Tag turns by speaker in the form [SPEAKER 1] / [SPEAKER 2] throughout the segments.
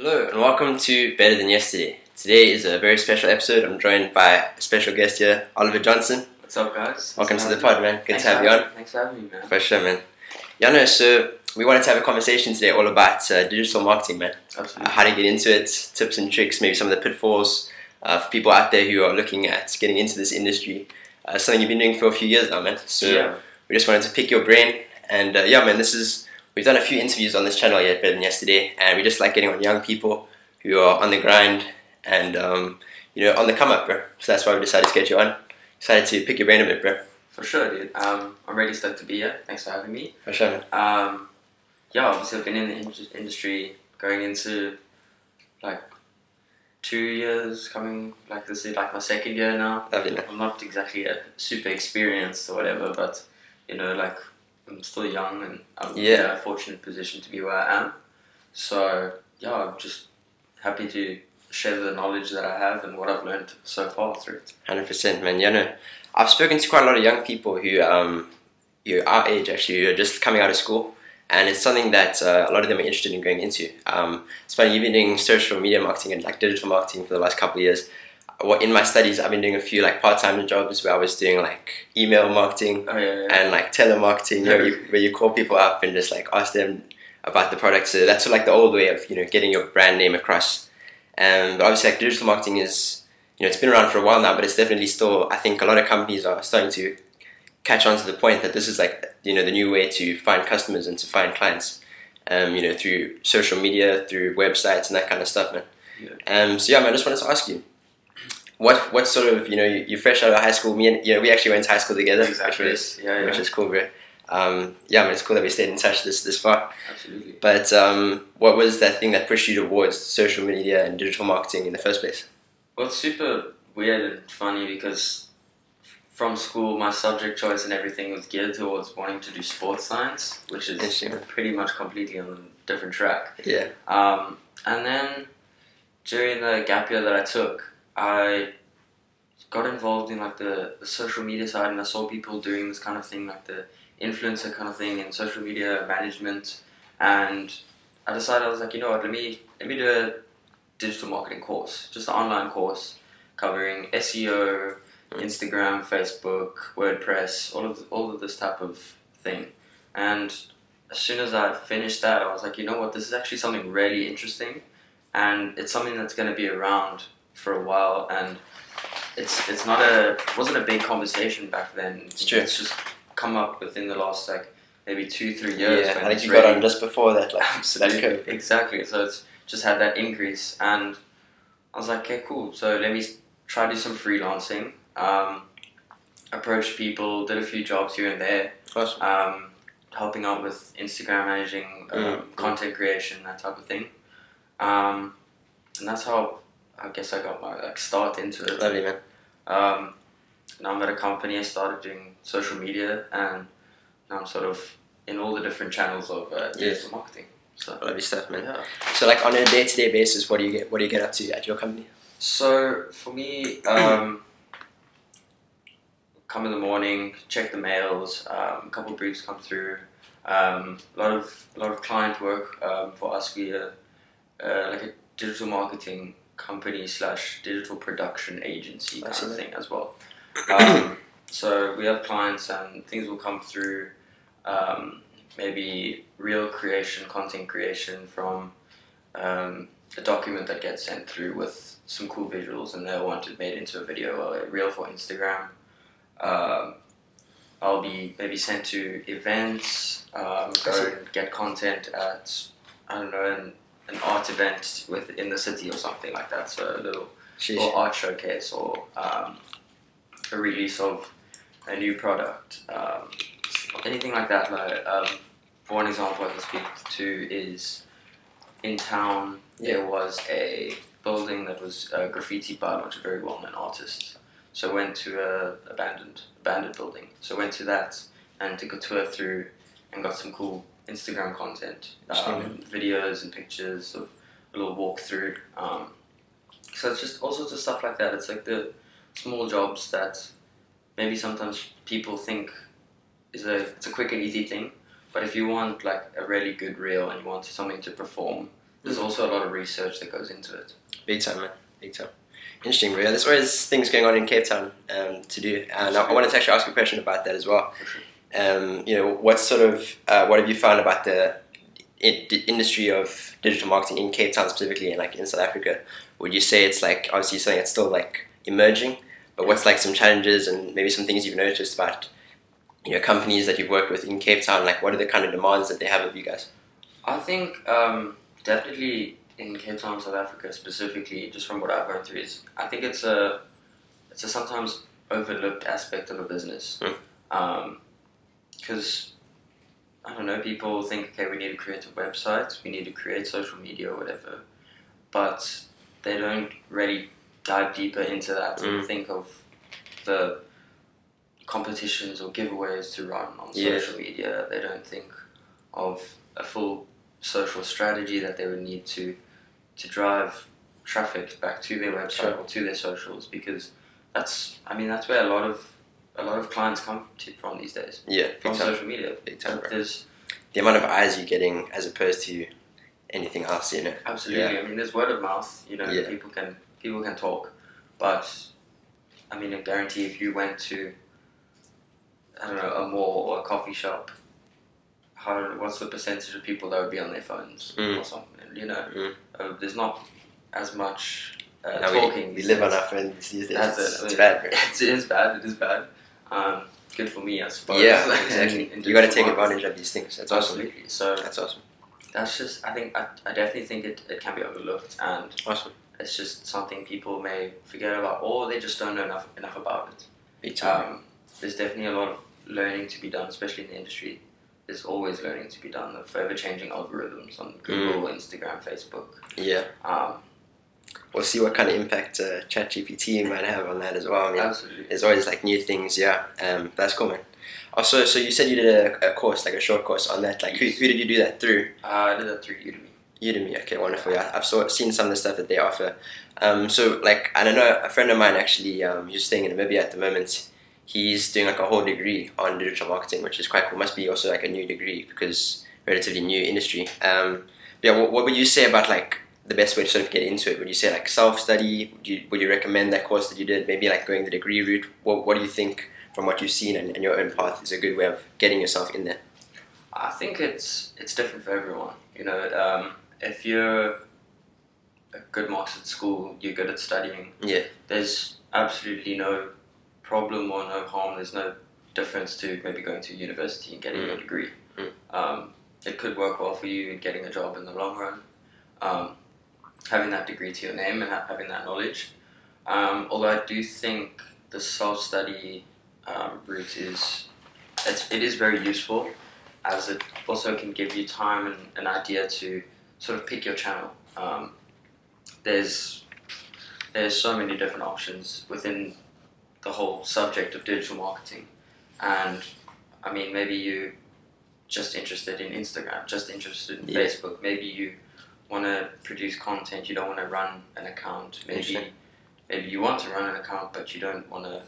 [SPEAKER 1] welcome to Better Than Yesterday. Today is a very special episode. I'm joined by a special guest here, Oliver Johnson.
[SPEAKER 2] What's up, guys?
[SPEAKER 1] Welcome
[SPEAKER 2] How's
[SPEAKER 1] to the
[SPEAKER 2] it
[SPEAKER 1] pod,
[SPEAKER 2] going?
[SPEAKER 1] man. Good
[SPEAKER 2] Thanks
[SPEAKER 1] to have you on.
[SPEAKER 2] Thanks for having me, man.
[SPEAKER 1] For sure, man. Yano, so we wanted to have a conversation today all about uh, digital marketing, man. Uh,
[SPEAKER 2] Absolutely.
[SPEAKER 1] how to get into it, tips and tricks, maybe some of the pitfalls uh, for people out there who are looking at getting into this industry. Uh, something you've been doing for a few years now, man. So
[SPEAKER 2] yeah.
[SPEAKER 1] we just wanted to pick your brain. And uh, yeah, man, this is we've done a few interviews on this channel yet, better than yesterday, and we just like getting on young people who are on the grind and um, you know on the come up, bro. So that's why we decided to get you on. Decided to pick your brain a bit, bro.
[SPEAKER 2] For sure, dude. Um, I'm really stoked to be here. Thanks for having me.
[SPEAKER 1] For sure, man.
[SPEAKER 2] Um, yeah, obviously, I've been in the indus- industry going into like two years, coming like this is like my second year now.
[SPEAKER 1] Lovely, man.
[SPEAKER 2] I'm not exactly a super experienced or whatever, but you know, like I'm still young and I'm
[SPEAKER 1] Yeah.
[SPEAKER 2] in a fortunate position to be where I am. So yeah, I'm just happy to share the knowledge that I have and what I've learned so far through it.
[SPEAKER 1] Hundred percent, man. You know, I've spoken to quite a lot of young people who, um, you know, our age actually, who are just coming out of school, and it's something that uh, a lot of them are interested in going into. Um, it's funny you've been doing social media marketing and like digital marketing for the last couple of years. What in my studies, I've been doing a few like part-time jobs where I was doing like email marketing
[SPEAKER 2] Oh yeah, yeah.
[SPEAKER 1] and like telemarketing, you know, you, where you call people up and just like ask them about the product. So that's like the old way of you know getting your brand name across. And but obviously, like digital marketing is you know it's been around for a while now, but it's definitely still I think a lot of companies are starting to catch on to the point that this is like you know the new way to find customers and to find clients. Um, you know, through social media, through websites, and that kind of stuff, man.
[SPEAKER 2] Yeah.
[SPEAKER 1] Um, so yeah, man, I just wanted to ask you, what what sort of you know you, you're fresh out of high school? Me and you know we actually went to high school together,
[SPEAKER 2] Exactly.
[SPEAKER 1] which was
[SPEAKER 2] yeah, yeah.
[SPEAKER 1] which is cool, bro. Um, yeah, I mean, it's cool that we stayed in touch this this far.
[SPEAKER 2] Absolutely.
[SPEAKER 1] But um, what was that thing that pushed you towards social media and digital marketing in the first place?
[SPEAKER 2] Well, it's super weird and funny because from school, my subject choice and everything was geared towards wanting to do sports science, which is
[SPEAKER 1] Interesting.
[SPEAKER 2] pretty much completely on a different track.
[SPEAKER 1] Yeah,
[SPEAKER 2] Um, and then during the gap year that I took, I got involved in like the, the social media side, and I saw people doing this kind of thing, like the influencer kind of thing, and social media management. And I decided I was like, you know what, let me let me do a digital marketing course, just an online course covering SEO,
[SPEAKER 1] Mm.
[SPEAKER 2] Instagram, Facebook, WordPress, all of all of this type of thing. And as soon as I finished that, I was like, you know what, this is actually something really interesting, and it's something that's going to be around for a while, and it's it's not a it wasn't a big conversation back then.
[SPEAKER 1] It's true.
[SPEAKER 2] It's just come up within the last like maybe two three years.
[SPEAKER 1] yeah.
[SPEAKER 2] when
[SPEAKER 1] I think
[SPEAKER 2] it's
[SPEAKER 1] you got
[SPEAKER 2] really-
[SPEAKER 1] on just before that, like
[SPEAKER 2] Absolutely.
[SPEAKER 1] that curve.
[SPEAKER 2] Exactly. So it's just had that increase, and I was like, okay, cool. So let me s- try to do some freelancing. Um, approached people, did a few jobs here and there,
[SPEAKER 1] Awesome.
[SPEAKER 2] um, helping out with Instagram managing, um,
[SPEAKER 1] Mm.
[SPEAKER 2] content creation, that type of thing. Um, and that's how I guess I got my like start into it.
[SPEAKER 1] Lovely man.
[SPEAKER 2] Um, now I'm at a company. I started doing social media, and now I'm sort of in all the different channels of uh, digital
[SPEAKER 1] Yes.
[SPEAKER 2] marketing. So
[SPEAKER 1] Lovely stuff, man.
[SPEAKER 2] yeah.
[SPEAKER 1] So like on a day to day basis, what do you get? What do you get up to at your company?
[SPEAKER 2] So for me, um, come in the morning, check the mails. Um, a couple of briefs come through. Um, a lot of a lot of client work um, for us. We are uh, like a digital marketing company slash digital production agency
[SPEAKER 1] I
[SPEAKER 2] kind
[SPEAKER 1] see
[SPEAKER 2] of
[SPEAKER 1] that.
[SPEAKER 2] thing as well. Um, so we have clients and things will come through. Um, maybe real creation, content creation from. Um, a document that gets sent through with some cool visuals and they'll want it made into a video or a reel for Instagram. Um, I'll be maybe sent to events, um, go and get content at, I don't know, an, an art event within the city or something like that. So a little
[SPEAKER 1] Sheesh.
[SPEAKER 2] or art showcase or um, a release of a new product, um, anything like that. Like, um, for one example, I can speak to is in town there was a building that was uh, graffiti by a bunch of very well-known artists. So I went to a abandoned abandoned building. So I went to that and took a tour through and got some cool Instagram content, um, videos and pictures of a little walkthrough. Um, so it's just all sorts of stuff like that. It's like the small jobs that maybe sometimes people think is a it's a quick and easy thing, but if you want like a really good reel and you want something to perform, There's also a lot of research that goes into it.
[SPEAKER 1] Big time, man. Big time. Interesting, but yeah, there's always things going on in Cape Town um, to do, and I, I wanted to actually ask you a question about that as well. Um, you know, what sort of uh, what have you found about the in- d- industry of digital marketing in Cape Town specifically, and like in South Africa? Would you say it's like obviously you're saying it's still like emerging, but what's like some challenges and maybe some things you've noticed about you know companies that you've worked with in Cape Town? Like, what are the kind of demands that they have of you guys?
[SPEAKER 2] I think um, definitely in Cape Town, South Africa specifically, just from what I've gone through, is I think it's a it's a sometimes overlooked aspect of a business
[SPEAKER 1] Mm.
[SPEAKER 2] because I don't know people think okay we need to create a website, we need to create social media or whatever, but they don't really dive deeper into that and
[SPEAKER 1] Mm.
[SPEAKER 2] think of the competitions or giveaways to run on
[SPEAKER 1] Yeah.
[SPEAKER 2] social media. They don't think of a full social strategy that they would need to to drive traffic back to their website
[SPEAKER 1] Sure.
[SPEAKER 2] or to their socials because that's I mean that's where a lot of a lot of clients come to from these days
[SPEAKER 1] Yeah,
[SPEAKER 2] from
[SPEAKER 1] big time,
[SPEAKER 2] social media.
[SPEAKER 1] big time. bro.
[SPEAKER 2] There's
[SPEAKER 1] The amount of eyes you're getting as opposed to anything else, you know.
[SPEAKER 2] absolutely I mean there's word of mouth you know
[SPEAKER 1] Yeah.
[SPEAKER 2] people can people can talk but I mean I guarantee if you went to I don't know a mall or a coffee shop how what's the percentage of people that would be on their phones
[SPEAKER 1] Mm.
[SPEAKER 2] or something you know
[SPEAKER 1] Mm.
[SPEAKER 2] uh, there's not as much uh,
[SPEAKER 1] Now
[SPEAKER 2] talking.
[SPEAKER 1] we, we
[SPEAKER 2] these
[SPEAKER 1] live on
[SPEAKER 2] days.
[SPEAKER 1] our phones these days.
[SPEAKER 2] That's
[SPEAKER 1] it's,
[SPEAKER 2] it.
[SPEAKER 1] it's
[SPEAKER 2] I mean,
[SPEAKER 1] bad, bro.
[SPEAKER 2] It is bad. It is bad. Um, good for me, I suppose.
[SPEAKER 1] Yeah,
[SPEAKER 2] And-
[SPEAKER 1] exactly.
[SPEAKER 2] and
[SPEAKER 1] You got to
[SPEAKER 2] digital
[SPEAKER 1] take
[SPEAKER 2] marketing.
[SPEAKER 1] advantage of these things. That's awesome.
[SPEAKER 2] Absolutely. So
[SPEAKER 1] That's awesome.
[SPEAKER 2] that's just. I think I, I definitely think it, it can be overlooked, and
[SPEAKER 1] Awesome.
[SPEAKER 2] it's just something people may forget about, or they just don't know enough enough about it.
[SPEAKER 1] Big time.
[SPEAKER 2] Um, there's definitely a lot of learning to be done, especially in the industry. There's always learning to be done. The forever changing algorithms on Google, Instagram, Facebook.
[SPEAKER 1] yeah.
[SPEAKER 2] Um,
[SPEAKER 1] We'll see what kind of impact uh, ChatGPT might have on that as well. I mean,
[SPEAKER 2] Absolutely.
[SPEAKER 1] there's always like new things. Yeah. Um, that's cool, man. Also, so you said you did a, a course, like a short course on that. Like, who, who did you do that through?
[SPEAKER 2] Uh, I did that through Udemy.
[SPEAKER 1] Udemy, okay, wonderful. Yeah, I've saw, seen some of the stuff that they offer. Um, so like, and I know a friend of mine actually, um, who's staying in Namibia at the moment. He's doing like a whole degree on digital marketing, which is quite cool. Must be also like a new degree because relatively new industry. Um, yeah, what, what would you say about like the best way to sort of get into it? Would you say like self study? Would you would you recommend that course that you did? Maybe like going the degree route. What what do you think from what you've seen and, and your own path is a good way of getting yourself in there?
[SPEAKER 2] I think it's it's different for everyone. You know, um, if you're a good marks at school, you're good at studying.
[SPEAKER 1] Yeah.
[SPEAKER 2] There's absolutely no problem or no harm. There's no difference to maybe going to university and getting a degree.
[SPEAKER 1] Mm.
[SPEAKER 2] Um, it could work well for you in getting a job in the long run. Um, having that degree to your name and ha- having that knowledge. Um, although I do think the self study um, route is it's, it is very useful as it also can give you time and an idea to sort of pick your channel. Um, there's there's so many different options within the whole subject of digital marketing, and I mean maybe you just interested in Instagram, just interested in
[SPEAKER 1] Yeah.
[SPEAKER 2] Facebook. Maybe you want to produce content. You don't want to run an account. Maybe
[SPEAKER 1] Interesting.
[SPEAKER 2] maybe you want to run an account, but you don't want to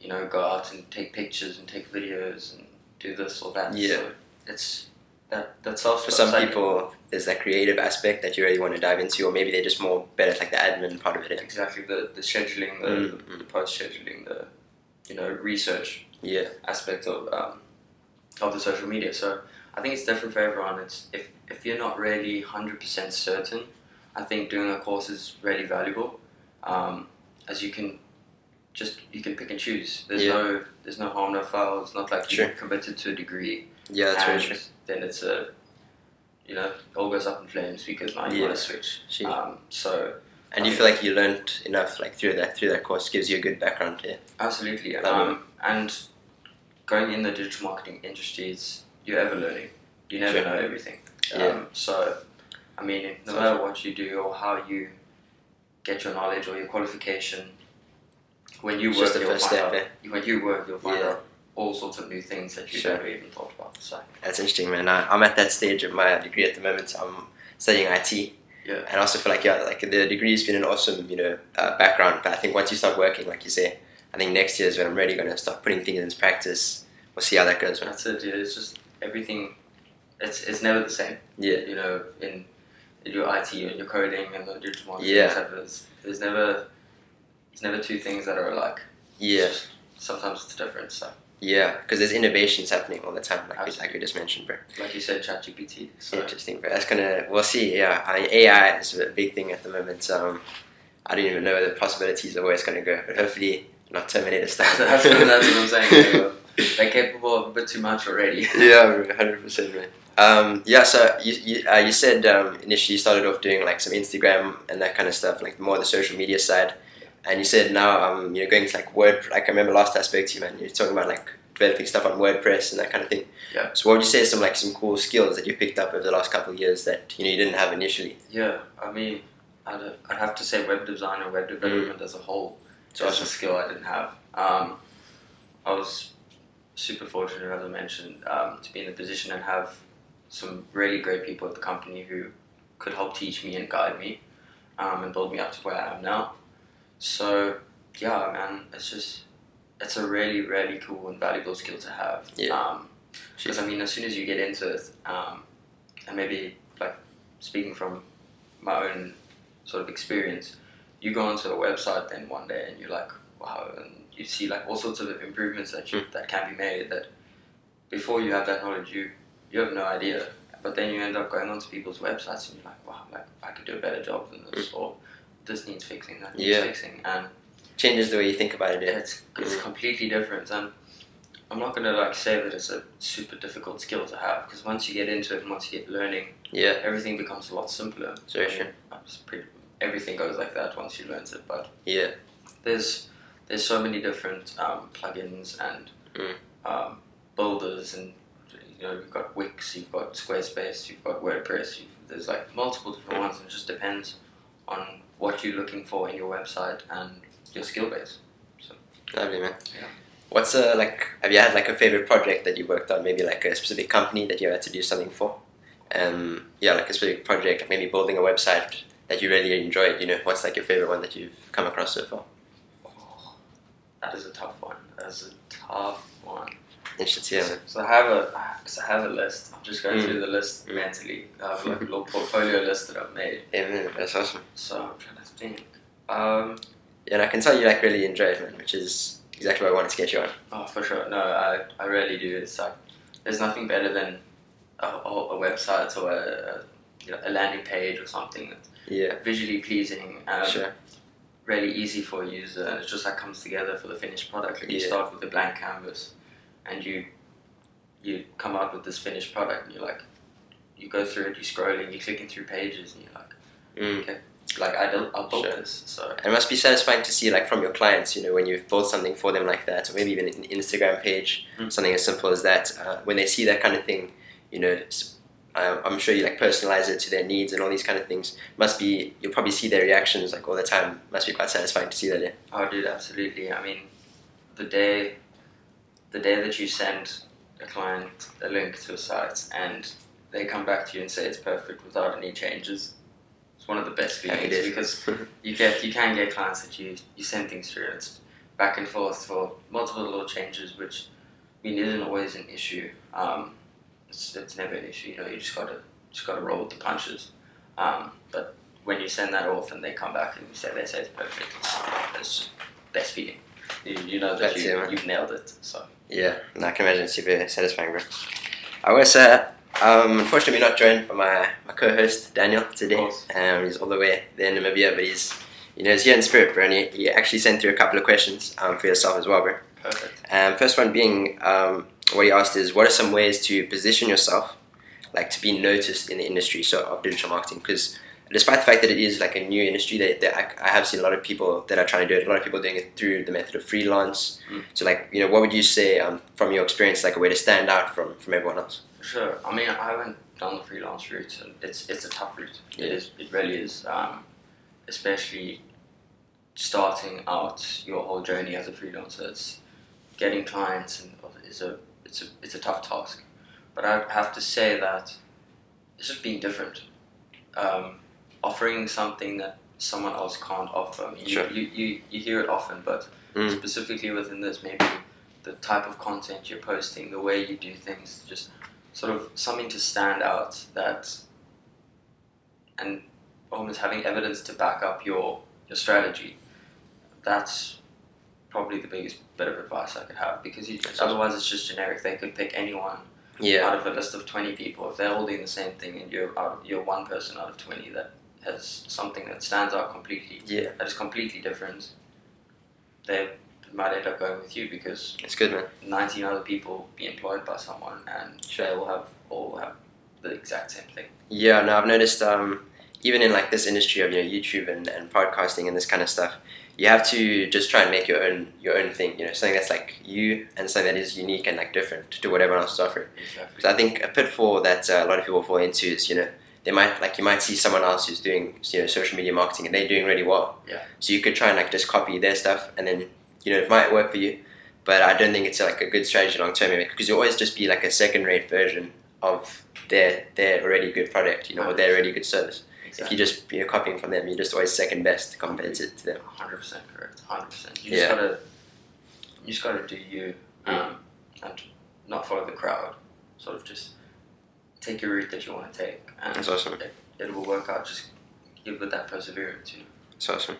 [SPEAKER 2] you know go out and take pictures and take videos and do this or that.
[SPEAKER 1] Yeah.
[SPEAKER 2] So it's that that's self
[SPEAKER 1] for some people there's that creative aspect that you really want to dive into or maybe they're just more better at like the admin part of it
[SPEAKER 2] exactly the the scheduling, the,
[SPEAKER 1] Mm, mm.
[SPEAKER 2] the post scheduling, the you know research
[SPEAKER 1] yeah
[SPEAKER 2] aspect of um, of the social media. So I think it's different for everyone. It's if if you're not really hundred percent certain, I think doing a course is really valuable, um, as you can. Just you can pick and choose. There's
[SPEAKER 1] Yeah.
[SPEAKER 2] no there's no harm, no foul. It's not like
[SPEAKER 1] Sure.
[SPEAKER 2] you're committed to a degree.
[SPEAKER 1] yeah that's very
[SPEAKER 2] and
[SPEAKER 1] true
[SPEAKER 2] Then it's a, you know, all goes up in flames because now you
[SPEAKER 1] Yeah.
[SPEAKER 2] want to switch.
[SPEAKER 1] She-
[SPEAKER 2] Um, so
[SPEAKER 1] and you feel like you learned enough like through that through that course gives you a good background here
[SPEAKER 2] absolutely,
[SPEAKER 1] Lovely.
[SPEAKER 2] um, and going in the digital marketing industry, it's you're ever learning. You never
[SPEAKER 1] Sure.
[SPEAKER 2] know everything.
[SPEAKER 1] Yeah.
[SPEAKER 2] Um, so, I mean, no
[SPEAKER 1] So-
[SPEAKER 2] matter what you do or how you get your knowledge or your qualification, when you
[SPEAKER 1] it's
[SPEAKER 2] work,
[SPEAKER 1] just the
[SPEAKER 2] you'll
[SPEAKER 1] first
[SPEAKER 2] find
[SPEAKER 1] step
[SPEAKER 2] out.
[SPEAKER 1] eh?
[SPEAKER 2] When you work, you'll find
[SPEAKER 1] Yeah.
[SPEAKER 2] out all sorts of new things that you
[SPEAKER 1] Sure.
[SPEAKER 2] never even thought about. So,
[SPEAKER 1] that's interesting man I, i'm at that stage of my degree at the moment i'm studying it
[SPEAKER 2] Yeah.
[SPEAKER 1] and i also feel like yeah like the degree has been an awesome you know uh, background but i think once you start working like you say i think next year is when i'm really going to start putting things into practice we'll see how that goes man
[SPEAKER 2] that's it. Dude. It's just everything. It's it's never the same.
[SPEAKER 1] yeah
[SPEAKER 2] you know, in your IT and your coding and the digital marketing.
[SPEAKER 1] Yeah.
[SPEAKER 2] etc. There's, there's never there's never two things that are alike.
[SPEAKER 1] Yeah,
[SPEAKER 2] It's just- Sometimes it's different. So,
[SPEAKER 1] yeah, because there's innovations happening all the time, like we, like we just mentioned, bro.
[SPEAKER 2] like you said, ChatGPT. So
[SPEAKER 1] Interesting, but that's gonna we'll see. Yeah, I mean, AI is a big thing at the moment. Um, I don't even know the possibilities of where it's gonna go, but hopefully not Terminator style.
[SPEAKER 2] that's, what, that's what I'm saying. They were- They're capable of a bit too much already.
[SPEAKER 1] yeah, hundred percent, man. Um, yeah, so you you, uh, you said um, initially you started off doing like some Instagram and that kind of stuff, like more the social media side, and you said now um, you're going to like Word. Like I remember last I spoke to you, man, you're talking about like developing stuff on WordPress and that kind of thing.
[SPEAKER 2] Yeah.
[SPEAKER 1] So what would you say are some like some cool skills that you picked up over the last couple of years that you know you didn't have initially?
[SPEAKER 2] Yeah, I mean, I'd, I'd have to say web design or web development as a whole
[SPEAKER 1] So
[SPEAKER 2] is a skill I didn't have. Um, I was super fortunate, as I mentioned, um, to be in the position and have some really great people at the company who could help teach me and guide me um, and build me up to where I am now. So, yeah, man, it's just, it's a really, really cool and valuable skill to have.
[SPEAKER 1] Yeah.
[SPEAKER 2] Um, because I mean, as soon as you get into it, um, and maybe like speaking from my own sort of experience, you go onto a website then one day and you're like, wow, and you see like all sorts of improvements that you, that can be made that before you have that knowledge, you you have no idea. But then you end up going onto people's websites and you're like, wow, like I could do a better job than this, or this needs fixing, that needs
[SPEAKER 1] Yeah.
[SPEAKER 2] fixing, and
[SPEAKER 1] changes the way you think about it.
[SPEAKER 2] yeah,
[SPEAKER 1] Yeah.
[SPEAKER 2] it's, it's completely different and i'm not going to like say that it's a super difficult skill to have because once you get into it and once you get learning
[SPEAKER 1] Yeah.
[SPEAKER 2] everything becomes a lot simpler
[SPEAKER 1] So
[SPEAKER 2] I mean,
[SPEAKER 1] sure.
[SPEAKER 2] it's pretty- everything goes like that once you learn it but
[SPEAKER 1] Yeah.
[SPEAKER 2] there's there's so many different um, plugins and
[SPEAKER 1] Mm.
[SPEAKER 2] um, builders and you know you've got Wix, you've got Squarespace, you've got WordPress. You've, there's like multiple different ones, and it just depends on what you're looking for in your website and your skill base.
[SPEAKER 1] Lovely man.
[SPEAKER 2] Yeah.
[SPEAKER 1] What's a like? Have you had like a favorite project that you worked on? Maybe like a specific company that you had to do something for. Um, yeah, like a specific project, like maybe building a website that you really enjoyed. You know, what's like your favorite one that you've come across so far?
[SPEAKER 2] Oh, That is a tough one. That is a tough one.
[SPEAKER 1] Interested to hear. Man.
[SPEAKER 2] So I have a, so I have a list. I'm just going
[SPEAKER 1] Mm.
[SPEAKER 2] through the list
[SPEAKER 1] Mm.
[SPEAKER 2] mentally. I have like a little portfolio list that I've made.
[SPEAKER 1] Yeah, man, that's awesome.
[SPEAKER 2] So I'm trying to think. Um,
[SPEAKER 1] And I can tell you like really enjoy it, man, which is exactly what I wanted to get you on.
[SPEAKER 2] oh, for sure. No, I, I really do. It's like there's nothing better than a, a a website or a, a, you know, a landing page or something that's
[SPEAKER 1] Yeah,
[SPEAKER 2] visually pleasing. Um,
[SPEAKER 1] sure.
[SPEAKER 2] really easy for a user and it just like comes together for the finished product. Like you
[SPEAKER 1] Yeah.
[SPEAKER 2] start with a blank canvas and you you come out with this finished product and you're like you go through it, you're scrolling, you're clicking through pages and you're like
[SPEAKER 1] Mm.
[SPEAKER 2] like I built, I built
[SPEAKER 1] Sure.
[SPEAKER 2] this. So
[SPEAKER 1] It must be satisfying to see, like, from your clients, you know, when you've built something for them like that, or maybe even an Instagram page,
[SPEAKER 2] Mm.
[SPEAKER 1] something as simple as that. Uh, when they see that kind of thing, you know, it's, I- I'm sure you like personalize it to their needs and all these kind of things. Must be you'll probably see their reactions like all the time. Must be quite satisfying to see that. Yeah.
[SPEAKER 2] oh dude absolutely. I mean the day the day that you send a client a link to a site and they come back to you and say it's perfect without any changes. It's one of the best
[SPEAKER 1] Happy
[SPEAKER 2] feelings
[SPEAKER 1] days.
[SPEAKER 2] because you get you can get clients that you you send things through and it's back and forth for multiple little changes which I mean isn't always an issue um, it's, it's never an issue you know you just gotta just gotta roll with the punches um, but when you send that off and they come back and you say they say it's perfect it's, it's just best feeling you, you know that
[SPEAKER 1] That's
[SPEAKER 2] you,
[SPEAKER 1] it, man.
[SPEAKER 2] you've nailed it so
[SPEAKER 1] Yeah, and I can imagine it's super satisfying, bro. I was uh, um, unfortunately not joined by my, my co-host Daniel today.
[SPEAKER 2] Of course.
[SPEAKER 1] Um, he's all the way there in Namibia, but he's you know he's here in spirit, bro. And he, he actually sent through a couple of questions um, for yourself as well, bro.
[SPEAKER 2] perfect
[SPEAKER 1] Um, first one being um, what he asked is what are some ways to position yourself like to be noticed in the industry so of digital marketing because despite the fact that it is like a new industry that, that I, I have seen a lot of people that are trying to do it a lot of people doing it through the method of freelance
[SPEAKER 2] Mm.
[SPEAKER 1] so like you know what would you say um, from your experience like a way to stand out from from everyone else
[SPEAKER 2] For sure. I mean, I haven't done the freelance route, and it's it's a tough route. It
[SPEAKER 1] Yeah.
[SPEAKER 2] is. It really is. Um, especially starting out your whole journey as a freelancer, it's getting clients and is a it's a it's a tough task. But I have to say that it's just being different, um, offering something that someone else can't offer. I mean,
[SPEAKER 1] Sure.
[SPEAKER 2] you, you, you you hear it often, but
[SPEAKER 1] Mm.
[SPEAKER 2] specifically within this, maybe the type of content you're posting, the way you do things, just sort of something to stand out that and almost having evidence to back up your your strategy. That's probably the biggest bit of advice I could have because you, otherwise it's just generic. They could pick anyone out
[SPEAKER 1] Yeah,
[SPEAKER 2] of a list of twenty people if they're all doing the same thing and you're out, you're one person out of twenty that has something that stands out completely
[SPEAKER 1] yeah,
[SPEAKER 2] that is completely different. They might end up going with you because
[SPEAKER 1] it's good, man.
[SPEAKER 2] 19 other people be employed by someone and
[SPEAKER 1] Sure.
[SPEAKER 2] they will have all have the exact same thing.
[SPEAKER 1] Yeah, no, I've noticed um, even in like this industry of you know YouTube and, and podcasting and this kind of stuff, you have to just try and make your own your own thing. You know, something that's like you and something that is unique and like different to what everyone else is offering. Because I think a pitfall that uh, a lot of people fall into is, you know, they might like you might see someone else who's doing you know social media marketing and they're doing really well.
[SPEAKER 2] Yeah.
[SPEAKER 1] So you could try and like just copy their stuff, and then you know it might work for you, but I don't think it's like a good strategy long term because you'll always just be like a second rate version of their their already good product, you know, or their already good service. If
[SPEAKER 2] Exactly.
[SPEAKER 1] you just you know copying from them, you're just always second best compared to, to them.
[SPEAKER 2] 100% correct. 100%. You
[SPEAKER 1] Yeah.
[SPEAKER 2] just gotta, you just gotta do you um, and not follow the crowd. Sort of just take your route that you want to take and
[SPEAKER 1] That's awesome.
[SPEAKER 2] it will work out. Just give with that perseverance, you know.
[SPEAKER 1] That's awesome.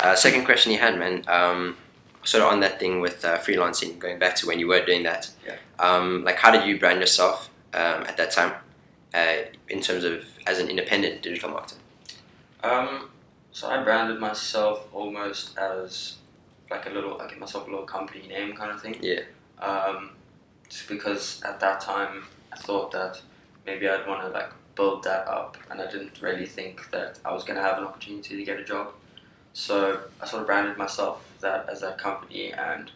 [SPEAKER 1] Uh, second question you had, man. Um, sort of on that thing with uh, freelancing, going back to when you were doing that.
[SPEAKER 2] Yeah.
[SPEAKER 1] Um, like, how did you brand yourself um, at that time, uh, in terms of as an independent digital marketer?
[SPEAKER 2] Um, so I branded myself almost as like a little, I give myself a little company name kind of thing.
[SPEAKER 1] Yeah.
[SPEAKER 2] Um, just because at that time I thought that maybe I'd want to like build that up, and I didn't really think that I was gonna have an opportunity to get a job. So I sort of branded myself that as that company, and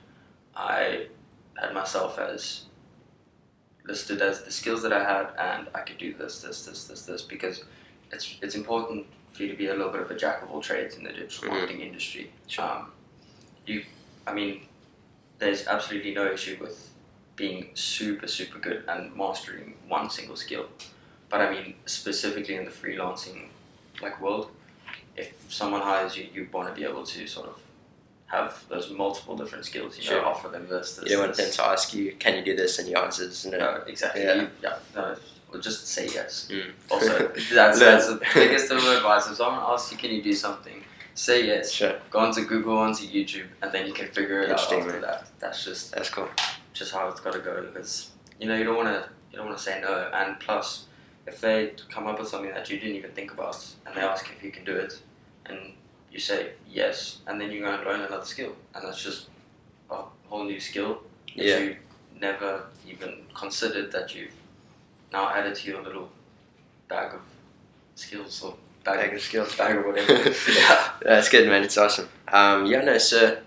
[SPEAKER 2] I had myself as listed as the skills that I had, and I could do this, this, this, this, this, because it's it's important for you to be a little bit of a jack of all trades in the digital
[SPEAKER 1] Mhm.
[SPEAKER 2] marketing industry.
[SPEAKER 1] Sure.
[SPEAKER 2] Um, you, I mean, there's absolutely no issue with being super, super good and mastering one single skill. But I mean, specifically in the freelancing like world, if someone hires you, you want to be able to sort of have those multiple different skills. You
[SPEAKER 1] Sure.
[SPEAKER 2] know, offer them this, this,
[SPEAKER 1] You don't want them
[SPEAKER 2] this.
[SPEAKER 1] to ask you, "Can you do this?" and your answers, "No."
[SPEAKER 2] No, exactly.
[SPEAKER 1] Yeah.
[SPEAKER 2] You- yeah. No, well, just say yes.
[SPEAKER 1] Mm.
[SPEAKER 2] Also, that's, that's the
[SPEAKER 1] Learn.
[SPEAKER 2] biggest bit of advice. If someone asks you, can you do something? Say yes
[SPEAKER 1] Sure.
[SPEAKER 2] go onto Google, onto YouTube, and then you can figure it out
[SPEAKER 1] Interesting,
[SPEAKER 2] after
[SPEAKER 1] man.
[SPEAKER 2] that. That's just
[SPEAKER 1] That's cool.
[SPEAKER 2] just how it's got to go because you know you don't want to you don't want to say no. And plus, if they come up with something that you didn't even think about and they ask if you can do it, and you say yes, and then you're going to learn another skill, and that's just a whole new skill that
[SPEAKER 1] Yeah.
[SPEAKER 2] you never even considered that you've now added to your little bag of skills or bag,
[SPEAKER 1] Bag of skills.
[SPEAKER 2] bag of whatever. yeah.
[SPEAKER 1] That's good, man. It's awesome. Um, yeah, no. So,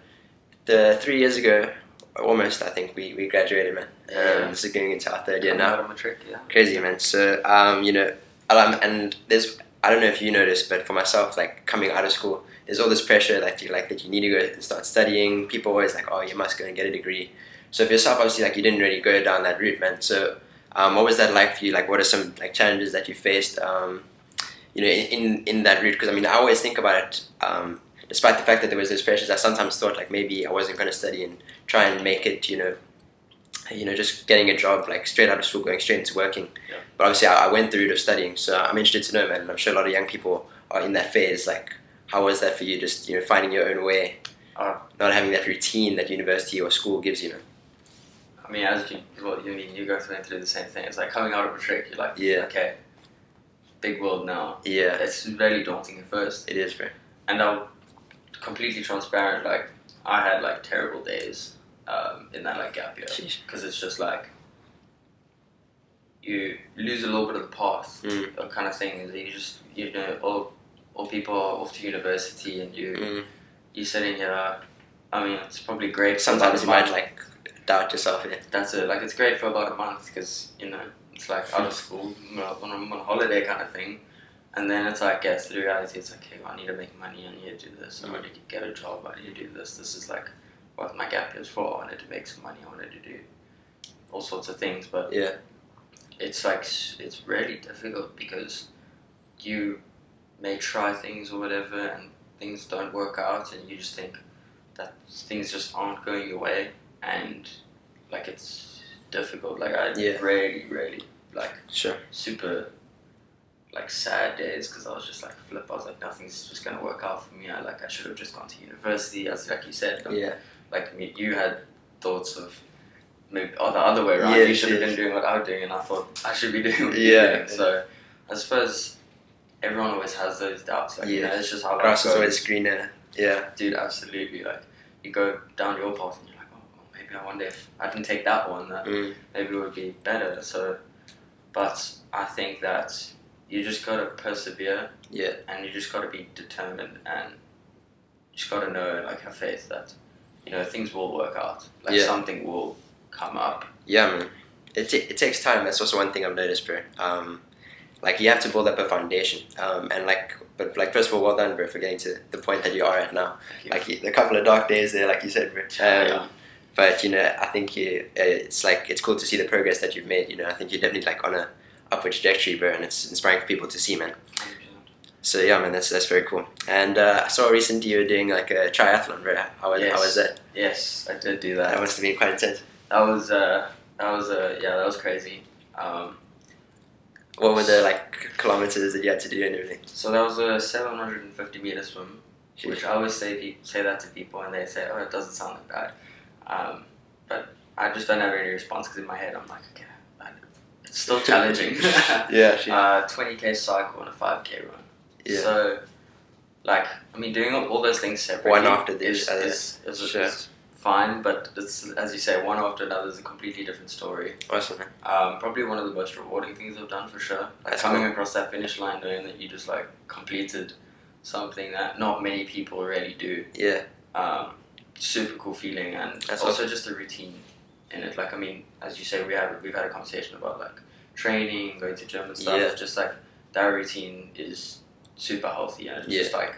[SPEAKER 1] the three years ago, almost, I think we, we graduated, man. Um, this is going into our third year
[SPEAKER 2] Coming
[SPEAKER 1] now.
[SPEAKER 2] out on a trick, yeah.
[SPEAKER 1] crazy man so um, you know um, and there's i don't know if you noticed but for myself like coming out of school there's all this pressure that you like that you need to go and start studying people always like oh you must go and get a degree so for yourself obviously like you didn't really go down that route man so um, what was that like for you like what are some like challenges that you faced um, you know in in, in that route because i mean i always think about it um, despite the fact that there was those pressures i sometimes thought like maybe i wasn't going to study and try and make it you know you know just getting a job like straight out of school going straight into working but obviously I, I went through the route of studying so i'm interested to know man and i'm sure a lot of young people are in that phase like how was that for you just you know finding your own way
[SPEAKER 2] Uh,
[SPEAKER 1] not having that routine that university or school gives you, you know
[SPEAKER 2] I mean, as you, well, you mean you go through and through the same thing. It's like coming out of a trick. You're like,
[SPEAKER 1] Yeah.
[SPEAKER 2] okay, big world now.
[SPEAKER 1] yeah
[SPEAKER 2] It's really daunting at first,
[SPEAKER 1] it is bro
[SPEAKER 2] and I'm completely transparent. Like, I had like terrible days um, in that like gap year
[SPEAKER 1] Sheesh.
[SPEAKER 2] because it's just like you lose a little bit of the path,
[SPEAKER 1] Mm,
[SPEAKER 2] that kind of thing. You just you know, all all people are off to university, and you
[SPEAKER 1] mm.
[SPEAKER 2] you sitting here. I mean, it's probably great. for
[SPEAKER 1] sometimes
[SPEAKER 2] about a
[SPEAKER 1] you might
[SPEAKER 2] month.
[SPEAKER 1] like doubt yourself yeah
[SPEAKER 2] that's it. Like it's great for about a month because you know it's like out of school, I'm on, I'm on holiday kind of thing, and then it's like gets to the reality. It's like, hey, I need to make money. I need to do this. I need to get a job. I need to do this. This is like what my gap year's for. I wanted to make some money. I wanted to do all sorts of things, but
[SPEAKER 1] yeah
[SPEAKER 2] it's like s- it's really difficult because you may try things or whatever and things don't work out and you just think that things just aren't going your way and like it's difficult like i
[SPEAKER 1] Yeah.
[SPEAKER 2] really really like
[SPEAKER 1] sure
[SPEAKER 2] super like sad days because I was just like flip. I was like nothing's just gonna work out for me. I like I should have just gone to university. As like you said, like,
[SPEAKER 1] Yeah.
[SPEAKER 2] like me- you had thoughts of maybe or the other way around. you
[SPEAKER 1] Yes,
[SPEAKER 2] should have
[SPEAKER 1] yes.
[SPEAKER 2] been doing what I was doing, and I thought I should be doing what
[SPEAKER 1] Yeah,
[SPEAKER 2] you're doing. So I suppose everyone always has those doubts. Like you know,
[SPEAKER 1] Yes.
[SPEAKER 2] it's just how life
[SPEAKER 1] Grass is
[SPEAKER 2] goes.
[SPEAKER 1] always greener. Yeah.
[SPEAKER 2] Dude, absolutely. Like you go down your path, and you're like, oh, well, maybe I wonder if I can take that one. That
[SPEAKER 1] Mm.
[SPEAKER 2] maybe it would be better. So, but I think that you just gotta persevere.
[SPEAKER 1] Yeah.
[SPEAKER 2] And you just gotta be determined, and you just gotta know and like have faith that you know things will work out. Like
[SPEAKER 1] Yeah.
[SPEAKER 2] something will come up.
[SPEAKER 1] Yeah, man. It, ta it takes time. That's also one thing I've noticed, bro. Um, like you have to build up a foundation. Um, and like, but like first of all, well done, bro, for getting to the point that you are at now.
[SPEAKER 2] you.
[SPEAKER 1] Like you, a couple of dark days there, like you said, bro. Um,
[SPEAKER 2] Yeah.
[SPEAKER 1] but you know, I think you, uh, it's like it's cool to see the progress that you've made. You know, I think you're definitely like on a upward trajectory, bro, and it's inspiring for people to see, man. So yeah, man, that's that's very cool. And uh, I saw recently you were doing like a triathlon, bro. How was, how
[SPEAKER 2] Yes.
[SPEAKER 1] was that?
[SPEAKER 2] Yes, I did do that.
[SPEAKER 1] That must have been quite intense.
[SPEAKER 2] That was uh, that was uh, yeah, that was crazy. Um,
[SPEAKER 1] What were the like kilometers that you had to do and everything?
[SPEAKER 2] So that was a 750 meter swim, which I always say pe- say that to people, and they say, "Oh, it doesn't sound like that," um, but I just don't have any response because in my head I'm like, "Okay, I- it's still challenging."
[SPEAKER 1] Yeah, shit.
[SPEAKER 2] uh, 20k cycle and a 5k run.
[SPEAKER 1] yeah.
[SPEAKER 2] So, like, I mean, doing all those things separately
[SPEAKER 1] One after the
[SPEAKER 2] is,
[SPEAKER 1] other.
[SPEAKER 2] is, is,
[SPEAKER 1] Sure.
[SPEAKER 2] is fine, but it's as you say, one after another is a completely different story.
[SPEAKER 1] awesome, man.
[SPEAKER 2] Um, probably one of the most rewarding things I've done for sure. Like
[SPEAKER 1] That's
[SPEAKER 2] coming
[SPEAKER 1] cool.
[SPEAKER 2] across that finish line, knowing that you just like completed something that not many people really do.
[SPEAKER 1] Yeah,
[SPEAKER 2] Um, super cool feeling, and
[SPEAKER 1] That's
[SPEAKER 2] also just the routine in it. Like I mean, as you say, we had we've had a conversation about like training, going to gym and stuff.
[SPEAKER 1] Yeah.
[SPEAKER 2] Just like that routine is super healthy, and it's
[SPEAKER 1] Yeah.
[SPEAKER 2] just like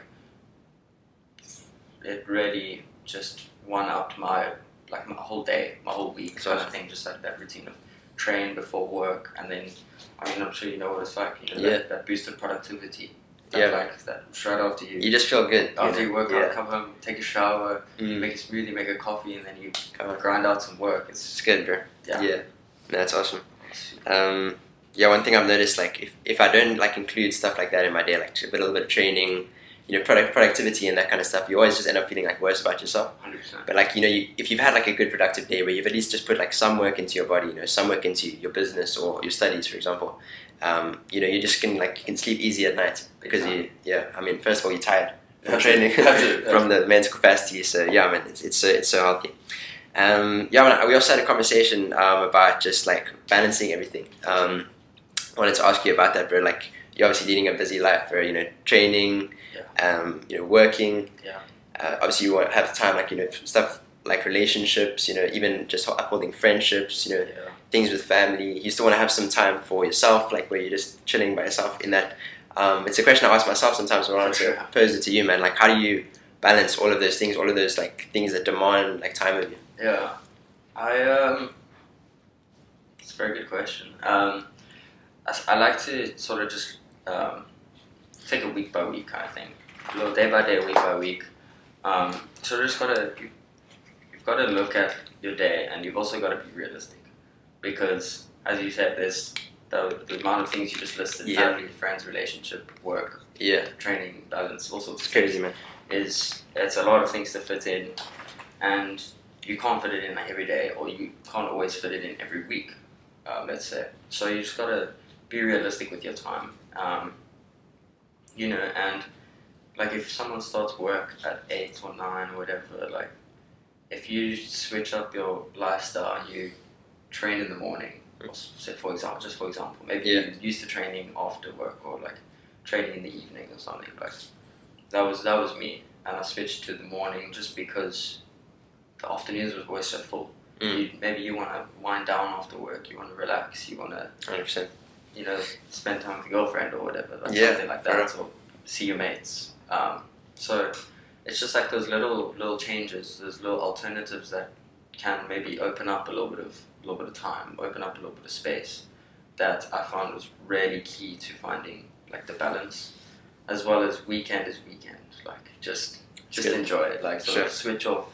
[SPEAKER 2] it really just one upped my like my whole day, my whole week
[SPEAKER 1] That's
[SPEAKER 2] kind of
[SPEAKER 1] awesome.
[SPEAKER 2] thing. Just like that routine of train before work, and then I mean, I'm sure you know what it's like. You know,
[SPEAKER 1] Yeah.
[SPEAKER 2] that, that boost of productivity. That,
[SPEAKER 1] Yeah.
[SPEAKER 2] like that straight after you.
[SPEAKER 1] you just feel good. you
[SPEAKER 2] after
[SPEAKER 1] know?
[SPEAKER 2] you work out,
[SPEAKER 1] yeah.
[SPEAKER 2] come home, take a shower,
[SPEAKER 1] Mm.
[SPEAKER 2] make a smoothie, make a coffee, and then you
[SPEAKER 1] Come on.
[SPEAKER 2] grind out some work. It's
[SPEAKER 1] It's good, bro.
[SPEAKER 2] yeah,
[SPEAKER 1] yeah. No, that's awesome. Um, yeah, one thing I've noticed, like if, if I don't like include stuff like that in my day, like a little bit of training, you know, product productivity and that kind of stuff, you always just end up feeling like worse about yourself.
[SPEAKER 2] hundred percent.
[SPEAKER 1] But like you know, you, if you've had like a good productive day where you've at least just put like some work into your body, you know, some work into your business or your studies, for example, um, you know, you just can like you can sleep easy at night because you yeah. I mean, first of all, you're tired from training from the mental capacity. So yeah, man, it's it's so, it's so healthy. Um, yeah, man, we also had a conversation um, about just like balancing everything. Um, I wanted to ask you about that, bro. Like you're obviously leading a busy life, bro. You know, training, um, you know, working.
[SPEAKER 2] Yeah.
[SPEAKER 1] Uh, obviously, you want to have time, like you know, f- stuff like relationships. You know, even just ho- upholding friendships. You know,
[SPEAKER 2] yeah.
[SPEAKER 1] things with family. You still want to have some time for yourself, like where you're just chilling by yourself. In that, um, it's a question I ask myself sometimes. But I want
[SPEAKER 2] For sure.
[SPEAKER 1] to pose it to you, man. Like, how do you balance all of those things? All of those like things that demand like time of you.
[SPEAKER 2] Yeah. I um it's a very good question. Um I, s- I like to sort of just um take a week by week kind of thing. Little day by day, week by week. Um so just gotta you, you've gotta look at your day and you've also gotta be realistic. Because as you said, there's the, the amount of things you just listed,
[SPEAKER 1] Yeah.
[SPEAKER 2] family, friends, relationship, work,
[SPEAKER 1] Yeah,
[SPEAKER 2] training, balance, all sorts
[SPEAKER 1] it's
[SPEAKER 2] of things
[SPEAKER 1] crazy, man.
[SPEAKER 2] is it's a lot of things to fit in, and you can't fit it in every day, or you can't always fit it in every week. Um, let's say so you just gotta be realistic with your time. Um, you know, and like if someone starts work at eight or nine or whatever, like if you switch up your lifestyle, you train in the morning. or s- So for example, just for example, maybe
[SPEAKER 1] Yeah.
[SPEAKER 2] you used to training after work or like training in the evening or something. Like that was that was me, and I switched to the morning just because the afternoons was always so full.
[SPEAKER 1] Mm.
[SPEAKER 2] You, maybe you want to wind down after work. You want to relax. You want to
[SPEAKER 1] Hundred percent.
[SPEAKER 2] you know, spend time with your girlfriend or whatever, like
[SPEAKER 1] Yeah,
[SPEAKER 2] something like that, or see your mates. Um, so it's just like those little little changes, those little alternatives that can maybe open up a little bit of little bit of time, open up a little bit of space. That I found was really key to finding like the balance, as well as weekend is weekend. Like just just
[SPEAKER 1] Good.
[SPEAKER 2] enjoy it. Like sort
[SPEAKER 1] Sure.
[SPEAKER 2] of switch off,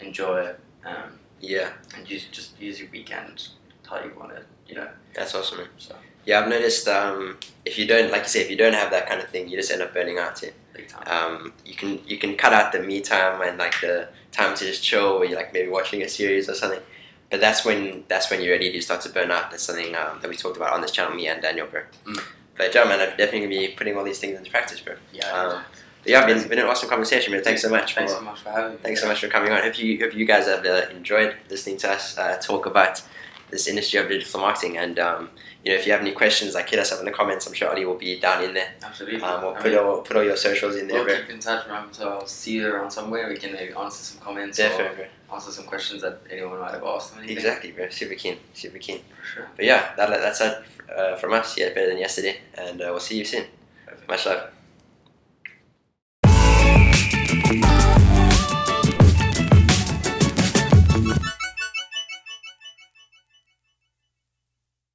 [SPEAKER 2] enjoy it, um,
[SPEAKER 1] Yeah,
[SPEAKER 2] and use just use your weekend how you want it. You know.
[SPEAKER 1] That's awesome. man.
[SPEAKER 2] So.
[SPEAKER 1] Yeah, I've noticed um, if you don't, like you say, if you don't have that kind of thing, you just end up burning out. It.
[SPEAKER 2] Big time.
[SPEAKER 1] Um, you can you can cut out the me time and like the time to just chill, where you're like maybe watching a series or something. But that's when that's when you really do start to burn out. That's something um, that we talked about on this channel, me and Daniel, bro.
[SPEAKER 2] Mm.
[SPEAKER 1] But yeah, man, I've definitely gonna be putting all these things into practice, bro.
[SPEAKER 2] Yeah.
[SPEAKER 1] Um, But yeah, been been an awesome conversation, man. Thanks so much.
[SPEAKER 2] Thanks
[SPEAKER 1] for,
[SPEAKER 2] so much for having me.
[SPEAKER 1] Thanks so much for coming on. Hope you hope you guys have uh, enjoyed listening to us uh, talk about this industry of digital marketing. And um, you know, if you have any questions, like hit us up in the comments. I'm sure Ollie will be down in there.
[SPEAKER 2] Absolutely.
[SPEAKER 1] Um, we'll
[SPEAKER 2] I
[SPEAKER 1] put
[SPEAKER 2] mean,
[SPEAKER 1] all put all your socials in there.
[SPEAKER 2] We'll
[SPEAKER 1] bro.
[SPEAKER 2] keep in touch, man. So I'll see you around somewhere. We can maybe answer some comments
[SPEAKER 1] Definitely, bro.
[SPEAKER 2] or answer some questions that anyone might have asked. Or anything.
[SPEAKER 1] exactly, bro. Super keen, super keen.
[SPEAKER 2] For sure.
[SPEAKER 1] But yeah, that, that's it uh, from us. Yeah, better than yesterday, and uh, we'll see you soon.
[SPEAKER 2] Perfect.
[SPEAKER 1] Much love.